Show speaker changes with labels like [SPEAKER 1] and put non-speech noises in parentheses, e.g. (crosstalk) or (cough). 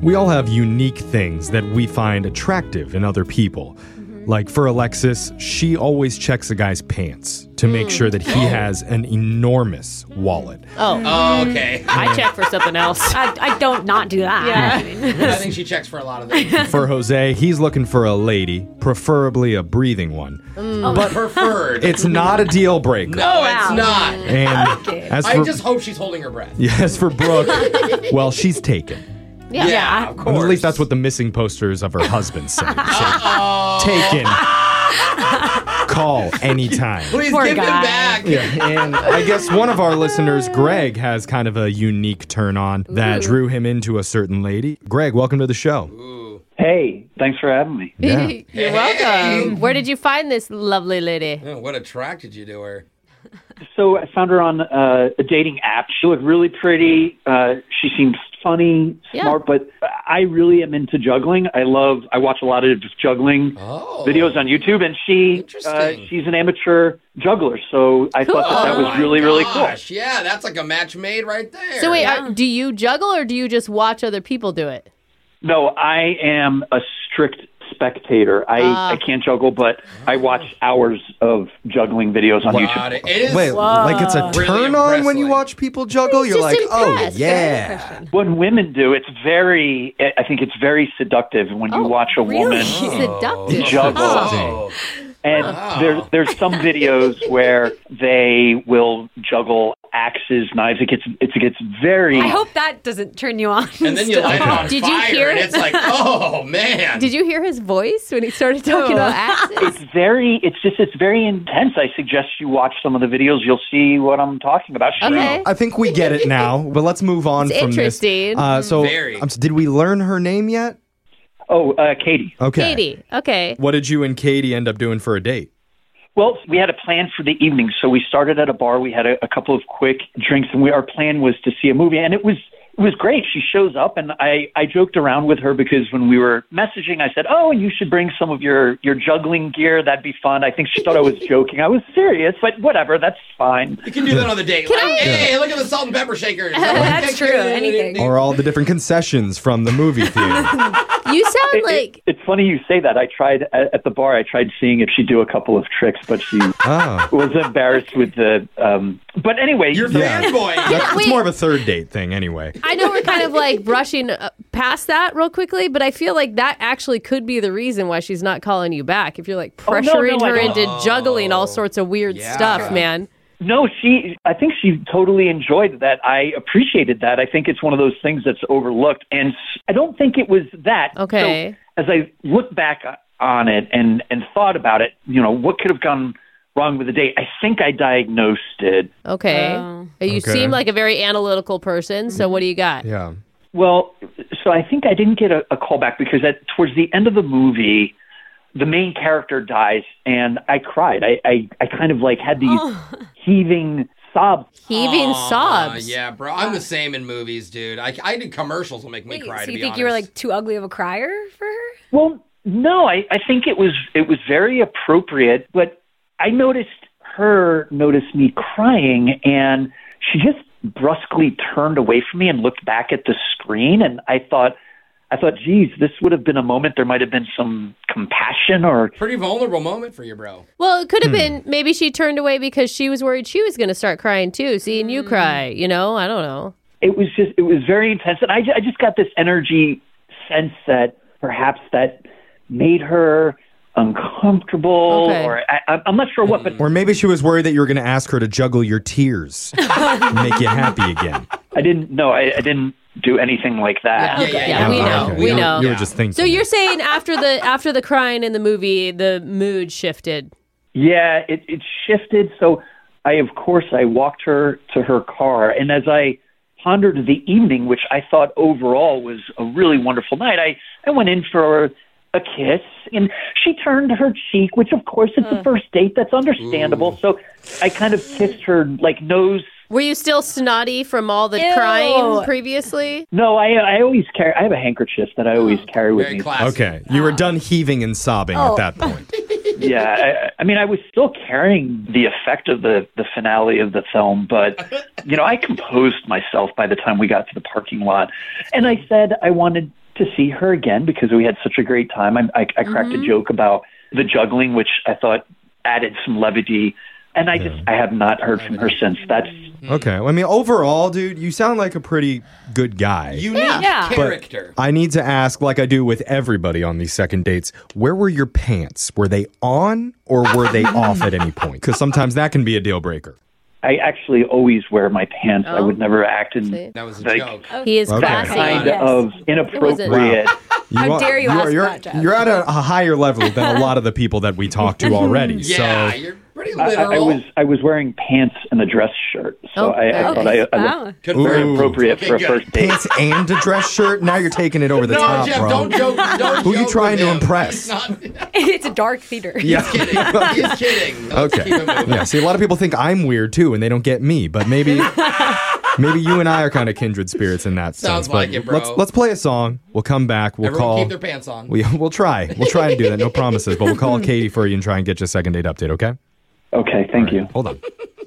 [SPEAKER 1] We all have unique things that we find attractive in other people.
[SPEAKER 2] Mm-hmm.
[SPEAKER 1] Like for Alexis, she always checks a guy's pants to make sure that he has an enormous wallet.
[SPEAKER 2] Mm. Oh, okay.
[SPEAKER 3] I check for something else.
[SPEAKER 4] (laughs) I, I don't not do that.
[SPEAKER 2] (laughs)
[SPEAKER 4] (laughs)
[SPEAKER 2] I think she checks for a lot
[SPEAKER 1] (laughs)
[SPEAKER 2] of things.
[SPEAKER 1] (laughs) For Jose, he's looking for a lady, preferably a breathing one.
[SPEAKER 2] Preferred.
[SPEAKER 1] It's not a deal breaker.
[SPEAKER 2] Mm. Oh (laughs) no,
[SPEAKER 4] Wow.
[SPEAKER 2] it's not.
[SPEAKER 1] And as
[SPEAKER 2] I
[SPEAKER 1] for, (laughs)
[SPEAKER 2] just hope she's holding her breath.
[SPEAKER 1] as for
[SPEAKER 2] (laughs)
[SPEAKER 1] Brooke, well, she's taken.
[SPEAKER 4] Yeah.
[SPEAKER 2] of
[SPEAKER 1] Well,
[SPEAKER 2] course.
[SPEAKER 1] at least that's what the missing posters of her husband
[SPEAKER 2] (laughs)
[SPEAKER 1] say. So, taken. Call anytime.
[SPEAKER 2] Please
[SPEAKER 4] Poor
[SPEAKER 2] give
[SPEAKER 4] guy.
[SPEAKER 2] them back.
[SPEAKER 1] Yeah, and I guess one of our listeners, Greg, has kind of a unique turn on that drew him into a certain lady. Greg, welcome to the show.
[SPEAKER 5] Hey, thanks for having me.
[SPEAKER 1] Yeah.
[SPEAKER 3] (laughs) You're welcome. Where did you find this lovely lady?
[SPEAKER 2] Oh, what attracted you to her?
[SPEAKER 5] So I found her on uh, a dating app. She looked really pretty. Uh, she seemed funny,
[SPEAKER 3] Yeah.
[SPEAKER 5] smart, but I really am into juggling. I love. I watch a lot of juggling
[SPEAKER 2] Oh.
[SPEAKER 5] videos on YouTube, and she uh,
[SPEAKER 2] Interesting.
[SPEAKER 5] she's an amateur juggler. So I thought that, that
[SPEAKER 2] Oh
[SPEAKER 5] was
[SPEAKER 2] my
[SPEAKER 5] really really cool.
[SPEAKER 2] gosh, Yeah, that's like a match made right there.
[SPEAKER 3] So wait, uh do you juggle or do you just watch other people do it?
[SPEAKER 5] No, I am a strict spectator. I,
[SPEAKER 2] Ah.
[SPEAKER 5] I can't juggle, but I watch hours of juggling videos on YouTube.
[SPEAKER 2] Got it. It is.
[SPEAKER 1] Wait, like it's a
[SPEAKER 2] Really
[SPEAKER 1] turn on when you
[SPEAKER 2] impressive.
[SPEAKER 1] watch people juggle? You're
[SPEAKER 3] just
[SPEAKER 1] like, oh,
[SPEAKER 3] impressed,
[SPEAKER 1] yeah.
[SPEAKER 5] When women do, it's very. I think it's very seductive when
[SPEAKER 4] Oh,
[SPEAKER 5] you watch a woman.
[SPEAKER 2] (laughs)
[SPEAKER 3] Seductive.
[SPEAKER 5] Juggle.
[SPEAKER 2] Oh.
[SPEAKER 5] And there, there's some videos where they will juggle axes, knives. It gets it gets very.
[SPEAKER 4] I hope that doesn't turn you on.
[SPEAKER 2] And then you
[SPEAKER 4] (laughs)
[SPEAKER 2] light it on
[SPEAKER 3] Did you
[SPEAKER 2] fire,
[SPEAKER 3] hear
[SPEAKER 2] and
[SPEAKER 3] it?
[SPEAKER 2] it's like, oh man.
[SPEAKER 3] Did you hear his voice when he started talking (laughs) about axes?
[SPEAKER 5] it's very. It's just. It's very intense. I suggest you watch some of the videos. You'll see what I'm talking about.
[SPEAKER 4] Oh.
[SPEAKER 5] She-
[SPEAKER 3] Okay.
[SPEAKER 1] I think we get
[SPEAKER 3] (laughs)
[SPEAKER 1] it now, but let's move on
[SPEAKER 3] It's
[SPEAKER 1] from
[SPEAKER 3] interesting. Mm-hmm.
[SPEAKER 1] this. Uh, so,
[SPEAKER 2] Very.
[SPEAKER 1] um, so did we learn her name yet?
[SPEAKER 5] Oh, uh, Katie.
[SPEAKER 1] Okay.
[SPEAKER 3] Katie. Okay.
[SPEAKER 1] What did you and Katie end up doing for a date?
[SPEAKER 5] Well, we had a plan for the evening, so we started at a bar. We had a, a couple of quick drinks, and we, our plan was to see a movie, and it was it was great. She shows up, and I I joked around with her because when we were messaging, I said, "Oh, and you should bring some of your your juggling gear. That'd be fun." I think she thought I was joking. I was serious, but whatever, that's fine.
[SPEAKER 2] You can do that on the date. like, hey, look at the salt and pepper shakers.
[SPEAKER 4] That's true, anything.
[SPEAKER 1] Or all the different concessions from the movie
[SPEAKER 3] (laughs)
[SPEAKER 1] theater?
[SPEAKER 3] You sound
[SPEAKER 5] It-
[SPEAKER 3] like
[SPEAKER 5] it's funny you say that. I tried at, at the bar. I tried seeing if she'd do a couple of tricks, but she (laughs)
[SPEAKER 1] Oh.
[SPEAKER 5] was embarrassed with the. Um, but anyway,
[SPEAKER 2] You're
[SPEAKER 1] Yeah.
[SPEAKER 2] fanboy.
[SPEAKER 1] That's, it's more of a third date thing, anyway.
[SPEAKER 3] I know we're kind of like brushing uh, past that real quickly, but I feel like that actually could be the reason why she's not calling you back. If you're like
[SPEAKER 5] no, no,
[SPEAKER 3] pressuring
[SPEAKER 5] I
[SPEAKER 3] her
[SPEAKER 5] don't.
[SPEAKER 3] into juggling all sorts of weird
[SPEAKER 2] Yeah.
[SPEAKER 3] stuff, man.
[SPEAKER 5] No, she. I think she totally enjoyed that. I appreciated that. I think it's one of those things that's overlooked, and s- I don't think it was that.
[SPEAKER 3] Okay.
[SPEAKER 5] So, as I look back on it and and thought about it, you know, what could have gone wrong with the date? I think I diagnosed it.
[SPEAKER 3] Okay. you
[SPEAKER 1] Okay.
[SPEAKER 3] seem like a very analytical person, so what do you got?
[SPEAKER 1] Yeah.
[SPEAKER 5] Well, so I think I didn't get a, a call back because at towards the end of the movie, the main character dies, and I cried. I I, I kind of like had these heaving sobs.
[SPEAKER 3] Heaving
[SPEAKER 2] Aw,
[SPEAKER 3] sobs.
[SPEAKER 2] Uh, Yeah, bro. I'm the same in movies, dude. I, I did commercials that make me
[SPEAKER 4] Wait,
[SPEAKER 2] cry.
[SPEAKER 4] so
[SPEAKER 2] to
[SPEAKER 4] you
[SPEAKER 2] be
[SPEAKER 4] think you were
[SPEAKER 2] honest.
[SPEAKER 4] like too ugly of a crier for her?
[SPEAKER 5] Well, no, I, I think it was it was very appropriate, but I noticed her notice me crying and she just brusquely turned away from me and looked back at the screen and I thought I thought, geez, this would have been a moment there might have been some compassion or
[SPEAKER 2] pretty vulnerable moment for you, bro.
[SPEAKER 3] Well, it could have been maybe she turned away because she was worried she was going to start crying too, seeing you cry, you know? I don't know.
[SPEAKER 5] it was just it was very intense and I, ju- I just got this energy sense that perhaps that made her uncomfortable
[SPEAKER 3] Okay.
[SPEAKER 5] or I, I'm- I'm not sure what, but
[SPEAKER 1] Or maybe she was worried that you were going to ask her to juggle your tears, and make you happy
[SPEAKER 3] (laughs)
[SPEAKER 1] again.
[SPEAKER 5] I didn't. No, I, I didn't do anything like that.
[SPEAKER 2] Mm-hmm. Yeah, yeah,
[SPEAKER 3] Yeah, we know,
[SPEAKER 1] Oh, okay.
[SPEAKER 3] we
[SPEAKER 1] You were-
[SPEAKER 3] know.
[SPEAKER 1] You were just thinking.
[SPEAKER 3] So you're saying after the after the crying in the movie, the mood shifted.
[SPEAKER 5] Yeah, it, it shifted. So I, of course, I walked her to her car, and as I pondered the evening, which I thought overall was a really wonderful night, I I went in for a kiss, and she turned her cheek, which of course it's a first date. That's understandable. So I kind of kissed her like nose.
[SPEAKER 3] Were you still snotty from all the
[SPEAKER 4] Ew.
[SPEAKER 3] crying previously?
[SPEAKER 5] No, I I always carry. I have a handkerchief that I always carry with
[SPEAKER 2] Very
[SPEAKER 5] me.
[SPEAKER 2] classic.
[SPEAKER 4] Oh. (laughs)
[SPEAKER 1] Okay, you were done heaving and sobbing at that point.
[SPEAKER 5] yeah, I, I mean, I was still carrying the effect of the the finale of the film, but you know, I composed myself by the time we got to the parking lot, and I said I wanted to see her again because we had such a great time. I, I, I cracked a joke about the juggling, which I thought added some levity, and I just I have not heard from her since. That's
[SPEAKER 1] Okay. Well, I mean, overall, dude, you sound like a pretty good guy.
[SPEAKER 2] Unique
[SPEAKER 4] Yeah. But-
[SPEAKER 2] character.
[SPEAKER 1] I need to ask, like I do with everybody on these second dates, where were your pants? Were they on or were
[SPEAKER 4] (laughs)
[SPEAKER 1] they off at any point? Because sometimes that can be a deal breaker.
[SPEAKER 5] I actually always wear my pants. I
[SPEAKER 3] Oh.
[SPEAKER 5] would never act in
[SPEAKER 2] that was a
[SPEAKER 5] like-
[SPEAKER 2] joke.
[SPEAKER 4] Oh.
[SPEAKER 3] He is
[SPEAKER 1] Okay.
[SPEAKER 5] that
[SPEAKER 3] classy.
[SPEAKER 5] kind
[SPEAKER 4] Yes.
[SPEAKER 5] of inappropriate.
[SPEAKER 1] You
[SPEAKER 4] How
[SPEAKER 1] are-
[SPEAKER 4] dare you
[SPEAKER 1] are-
[SPEAKER 4] ask
[SPEAKER 1] you're,
[SPEAKER 4] that, Jeff?
[SPEAKER 1] You're at a, a higher level than a lot of the people that we talked
[SPEAKER 4] (laughs)
[SPEAKER 1] to already.
[SPEAKER 2] Yeah,
[SPEAKER 1] So
[SPEAKER 2] you're pretty
[SPEAKER 5] I,
[SPEAKER 2] literal.
[SPEAKER 5] I was I was wearing pants and a dress shirt, so
[SPEAKER 3] Oh,
[SPEAKER 5] I, I thought I, I looked
[SPEAKER 4] Wow.
[SPEAKER 2] Good
[SPEAKER 5] very
[SPEAKER 1] Ooh.
[SPEAKER 5] appropriate for a
[SPEAKER 2] Okay, good.
[SPEAKER 5] first date.
[SPEAKER 1] pants and a dress shirt. Now you're taking it over the
[SPEAKER 2] no,
[SPEAKER 1] top,
[SPEAKER 2] Jeff,
[SPEAKER 1] bro. (laughs)
[SPEAKER 2] don't joke.
[SPEAKER 4] (laughs)
[SPEAKER 2] Don't
[SPEAKER 1] Who you
[SPEAKER 2] joke
[SPEAKER 1] trying
[SPEAKER 2] with
[SPEAKER 1] to
[SPEAKER 2] him.
[SPEAKER 1] impress?
[SPEAKER 2] He's not
[SPEAKER 4] (laughs)
[SPEAKER 2] (laughs)
[SPEAKER 4] it's a dark theater.
[SPEAKER 1] yeah. (laughs)
[SPEAKER 2] kidding. He's kidding. Let's
[SPEAKER 1] Okay.
[SPEAKER 2] keep it moving.
[SPEAKER 1] Yeah. See, a lot of people think I'm weird too, and they don't get me. But maybe,
[SPEAKER 2] (laughs)
[SPEAKER 1] maybe you and I are kind of kindred spirits in that
[SPEAKER 2] Sounds
[SPEAKER 1] sense. but
[SPEAKER 2] like it, bro.
[SPEAKER 1] Let's let's play a song. We'll come back. We'll
[SPEAKER 2] Everyone
[SPEAKER 1] call.
[SPEAKER 2] keep their pants on.
[SPEAKER 1] we we'll try. We'll
[SPEAKER 2] (laughs)
[SPEAKER 1] try and do that. No promises, but we'll call Katie for you and try and get you a second date update. Okay.
[SPEAKER 5] Okay, thank you.
[SPEAKER 1] Hold on.